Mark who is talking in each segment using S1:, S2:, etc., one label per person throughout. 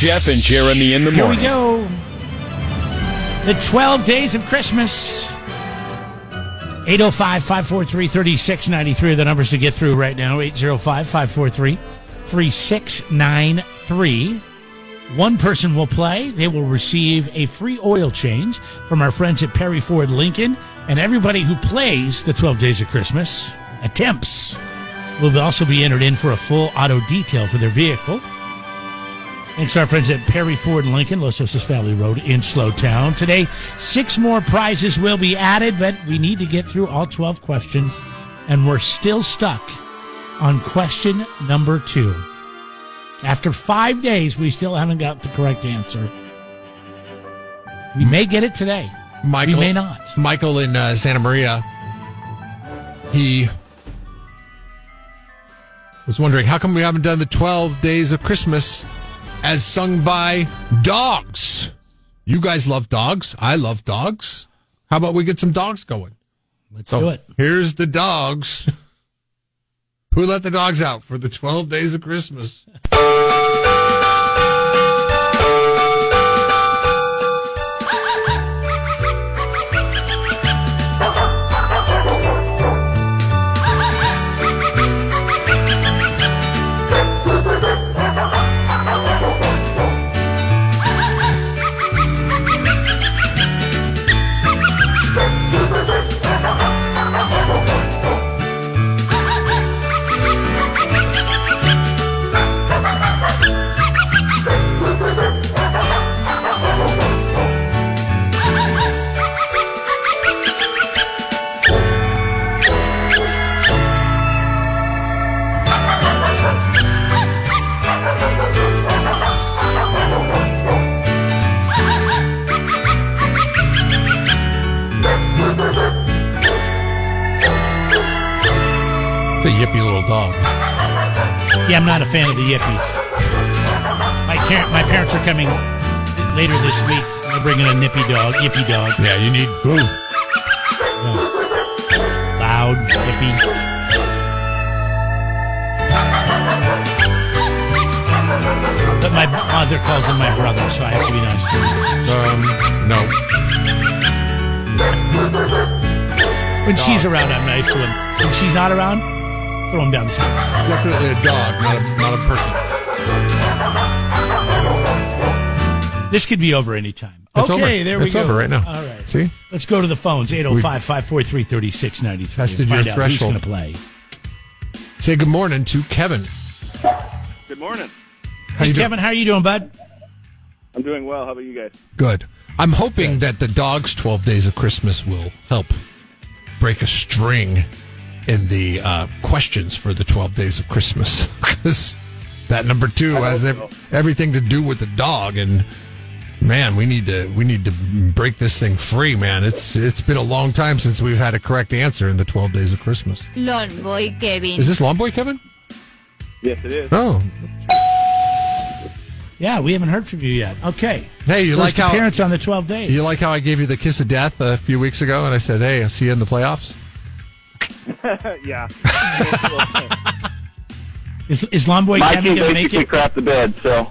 S1: Jeff and Jeremy in the
S2: Here we
S1: morning.
S2: go. The 12 days of Christmas. 805-543-3693 are the numbers to get through right now. 805-543-3693. One person will play. They will receive a free oil change from our friends at Perry Ford Lincoln. And everybody who plays the 12 days of Christmas attempts will also be entered in for a full auto detail for their vehicle. Thanks to our friends at Perry Ford and Lincoln, Los Osos Valley Road in Slowtown. Today, six more prizes will be added, but we need to get through all 12 questions, and we're still stuck on question number two. After five days, we still haven't got the correct answer. We may get it today.
S3: Michael,
S2: We may not.
S3: Michael in uh, Santa Maria, he was wondering how come we haven't done the 12 days of Christmas as sung by dogs. You guys love dogs. I love dogs. How about we get some dogs going?
S2: Let's
S3: So
S2: do it.
S3: here's the dogs. Who let the dogs out for the 12 days of Christmas? It's a yippy little dog.
S2: Yeah, I'm not a fan of the yippies. My, car- my parents are coming later this week. They're bringing a nippy dog, yippy dog.
S3: Yeah, you need boo.
S2: loud, yippy. But my mother calls him my brother, so I have to be nice to him.
S3: Um, no.
S2: When she's around, I'm nice to him. When she's not around, throw him down the stairs.
S3: Definitely a dog, not a, not a person.
S2: This could be over any time.
S3: It's
S2: okay,
S3: over.
S2: there we
S3: It's
S2: go.
S3: over right now.
S2: All right.
S3: See?
S2: Let's go to the phones 805 543 3693. Find
S3: Tested your
S2: out who's
S3: threshold.
S2: going to play.
S3: Say good morning to Kevin.
S4: Good morning.
S3: How
S2: Hey,
S3: you doing?
S2: Kevin, how are you doing, bud?
S4: I'm doing well. How about you guys?
S3: Good. I'm hoping that the dog's 12 days of Christmas will help break a string in the uh, questions for the 12 days of Christmas. Because that number two
S4: I
S3: has
S4: hope
S3: ev- everything to do with the dog. And man, we need to we need to break this thing free, man. It's It's been a long time since we've had a correct answer in the 12 days of Christmas.
S5: Lon Boy Kevin.
S3: Is this Lawn Boy Kevin?
S4: Yes, it is.
S3: Oh.
S2: Yeah, we haven't heard from you yet. Okay.
S3: Hey, you
S2: First
S3: like how
S2: appearance on the 12 days.
S3: You like how I gave you the kiss of death a few weeks ago, and I said, "Hey, I'll see you in the playoffs."
S4: yeah.
S2: Is, is Lomboy
S6: My
S2: Kevin
S6: team
S2: going to make
S6: basically
S2: it?
S6: crap the bed, so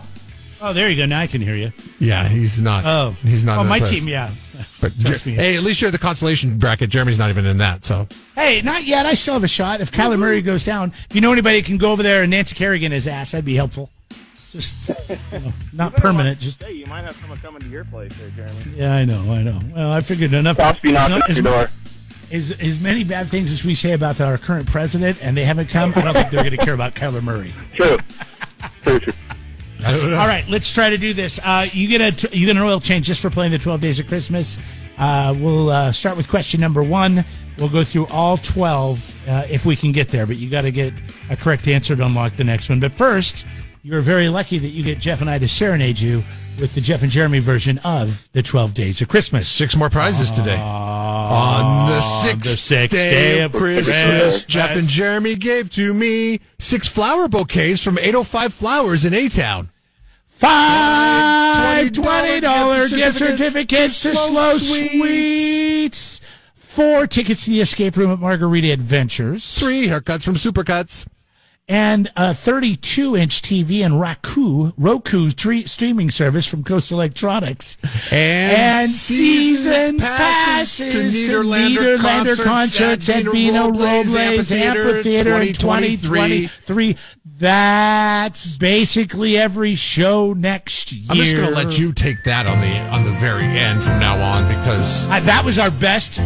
S2: Oh, there you go. Now I can hear you.
S3: Yeah, he's not.
S2: Oh,
S3: he's not.
S2: Oh,
S3: in the
S2: my
S3: playoffs.
S2: team, yeah.
S3: But
S2: Trust
S3: Jer-
S2: me.
S3: hey, at least you're the consolation bracket. Jeremy's not even in that. So
S2: Hey, not yet. I still have a shot. If Kyler Murray goes down, if you know anybody who can go over there and Nancy Kerrigan his ass, that'd be helpful. Just you know, not permanent. Just
S4: Hey, you might have someone coming to your place there, Jeremy.
S2: yeah, I know, I know. Well, I figured enough.
S6: Crosby knocked
S2: as,
S6: at your door.
S2: as- as many bad things as we say about our current president, and they haven't come. I don't think they're going to care about Kyler Murray.
S6: True. True, true.
S3: I don't know.
S2: All right, let's try to do this. Uh, you get a you get an oil change just for playing the Twelve Days of Christmas. Uh, we'll uh, start with question number one. We'll go through all twelve uh, if we can get there, but you got to get a correct answer to unlock the next one. But first, you're very lucky that you get Jeff and I to serenade you with the Jeff and Jeremy version of the Twelve Days of Christmas.
S3: Six more prizes today. On the sixth,
S2: the sixth day of Christmas.
S3: Jeff and Jeremy gave to me six flower bouquets from 805 Flowers in A Town.
S2: Five twenty dollar
S3: $20
S2: gift certificates to Slow Sweets. Four tickets to the escape room at Margarita Adventures.
S3: Three haircuts from Supercuts.
S2: and a 32 inch TV and Raku, Roku tre- streaming service from Coast Electronics.
S3: And
S2: seasons passes to Niederlander, concerts at Vino Robles Amphitheater in 2023. That's basically every show next year.
S3: I'm just going to let you take that on the on the very end from now on because
S2: Uh, that was our best.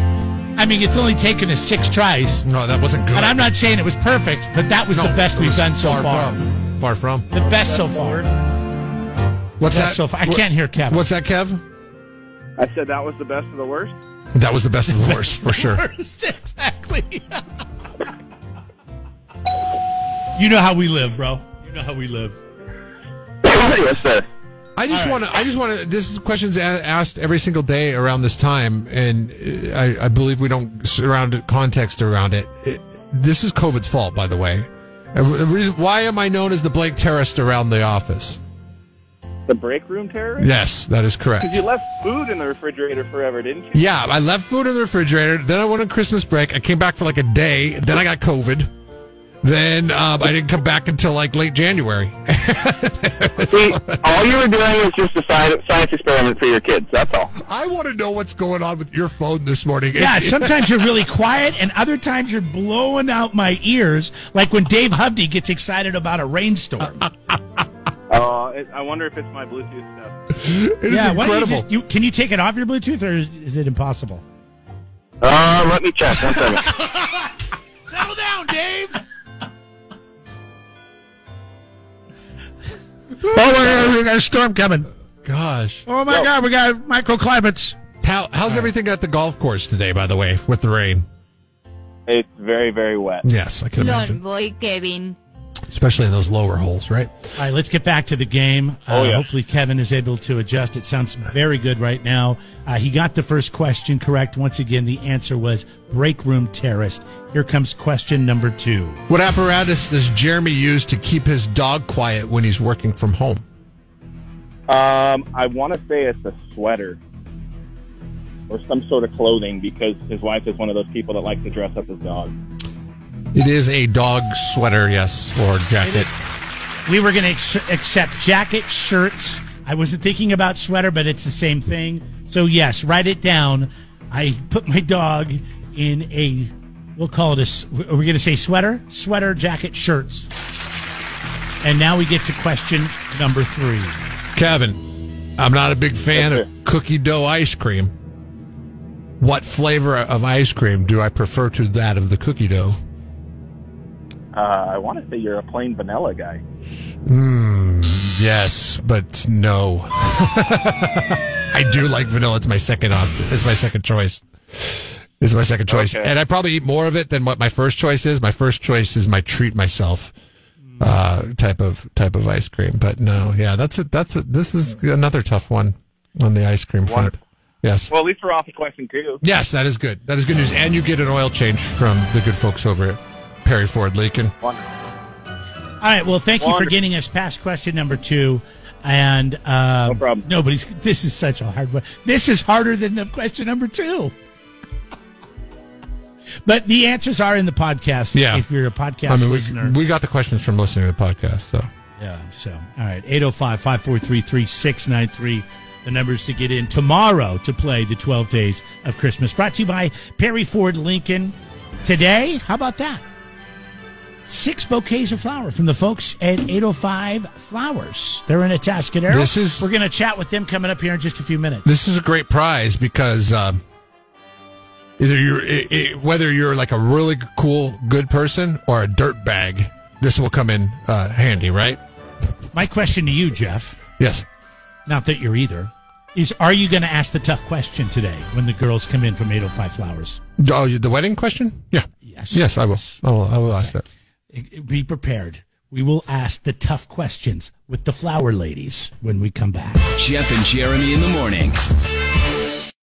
S2: I mean, it's only taken us six tries.
S3: no, that wasn't good.
S2: And I'm not saying it was perfect, but that was
S3: No,
S2: the best
S3: it
S2: we've
S3: was
S2: done so far.
S3: From, far from.
S2: The best so far.
S3: What's
S2: Best
S3: that?
S2: so far. I
S3: What-
S2: can't hear Kevin.
S3: What's that, Kev?
S4: I said that was the best of the worst.
S3: That was the best of the worst for sure.
S2: exactly. you know how we live, bro. You know how we live.
S6: yes, sir.
S3: I just want to. I just want to. This is questions a- asked every single day around this time, and uh, I, I believe we don't surround it, context around it. it. This is COVID's fault, by the way. Uh, the reason- Why am I known as the Blake terrorist around the office?
S4: The break room terrorist?
S3: Yes, that is correct.
S4: Because you left food in the refrigerator forever, didn't you?
S3: Yeah, I left food in the refrigerator. Then I went on Christmas break. I came back for like a day. Then I got COVID. Then um, I didn't come back until like late January.
S6: See, all you were doing was just a science, science experiment for your kids. That's all.
S3: I want to know what's going on with your phone this morning.
S2: Yeah, sometimes you're really quiet, and other times you're blowing out my ears, like when Dave Hubney gets excited about a rainstorm.
S4: Uh, it, I wonder if it's my Bluetooth stuff.
S3: it is
S2: yeah, why don't you
S3: incredible.
S2: just- you- can you take it off your Bluetooth, or is, is it impossible?
S6: Uh, let me check. One second.
S2: Settle down, Dave. oh, we got a storm coming.
S3: Gosh,
S2: Oh my God, we got microclimates.
S3: How, how's everything at the golf course today? By the way, with the rain.
S4: It's very, very wet.
S3: Yes, I can
S1: Los
S3: imagine,
S1: voy, Kevin.
S3: especially in those lower holes, right?
S2: All right, let's get back to the game.
S4: Oh,
S2: uh,
S4: yeah.
S2: Hopefully, Kevin is able to adjust. It sounds very good right now. Uh, he got the first question correct. Once again, the answer was break room terrorist. Here comes question number two.
S3: What apparatus does Jeremy use to keep his dog quiet when he's working from home?
S4: Um, I want to say it's a sweater or some sort of clothing because his wife is one of those people that likes to dress up as dogs.
S3: It is a dog sweater, yes, or jacket.
S2: We were going to ex- accept jacket, shirts. I wasn't thinking about sweater, but it's the same thing. So yes, write it down. I put my dog in a. We'll call it a. s- Are we going to say sweater? Sweater, jacket, shirts. And now we get to question number three.
S3: Kevin, I'm not a big fan of cookie dough ice cream. What flavor of ice cream do I prefer to that of the cookie dough?
S4: Uh, I want to say you're a plain vanilla guy.
S3: Yes, but no. I do like vanilla. It's my second option. It's my second choice. It's my second choice,
S4: Okay.
S3: and I probably eat more of it than what my first choice is. My first choice is my treat myself
S4: Hmm.
S3: uh, type of type of ice cream. But no, yeah, that's it. That's it. This is another tough one on the ice cream front. Yes.
S4: Well, at least we're off the question too.
S3: Yes, that is good. That is good news. And you get an oil change from the good folks over at Perry Ford Lincoln.
S2: All right. Well, thank you for
S4: Wonderful.
S2: getting us past question number two. And um,
S4: No problem.
S2: Nobody's. This is such a hard one. This is harder than the question number two. But the answers are in the podcast.
S3: Yeah.
S2: If you're a podcast
S3: I mean,
S2: listener.
S3: we, we got the questions from listening to the podcast, so.
S2: yeah. So, all right. 805 543 3693. The numbers to get in tomorrow to play the 12 Days of Christmas. Brought to you by Perry Ford Lincoln. Today, how about that? Six bouquets of flower from the folks at 805 Flowers. They're in Atascadero.
S3: This is-
S2: We're going to chat with them coming up here in just a few minutes.
S3: this is a great prize because um, either you're i i whether you're like a really cool good person or a dirt bag this will come in uh, handy right
S2: My question to you, Jeff,
S3: yes
S2: not that you're either, is are you going to ask the tough question today when the girls come in from 805 Flowers?
S3: oh you- the wedding question yeah
S2: Yes.
S3: yes i will i will, I will ask that
S2: Be prepared. We will ask the tough questions with the flower ladies when we come back.
S5: Jeff and Jeremy in the morning.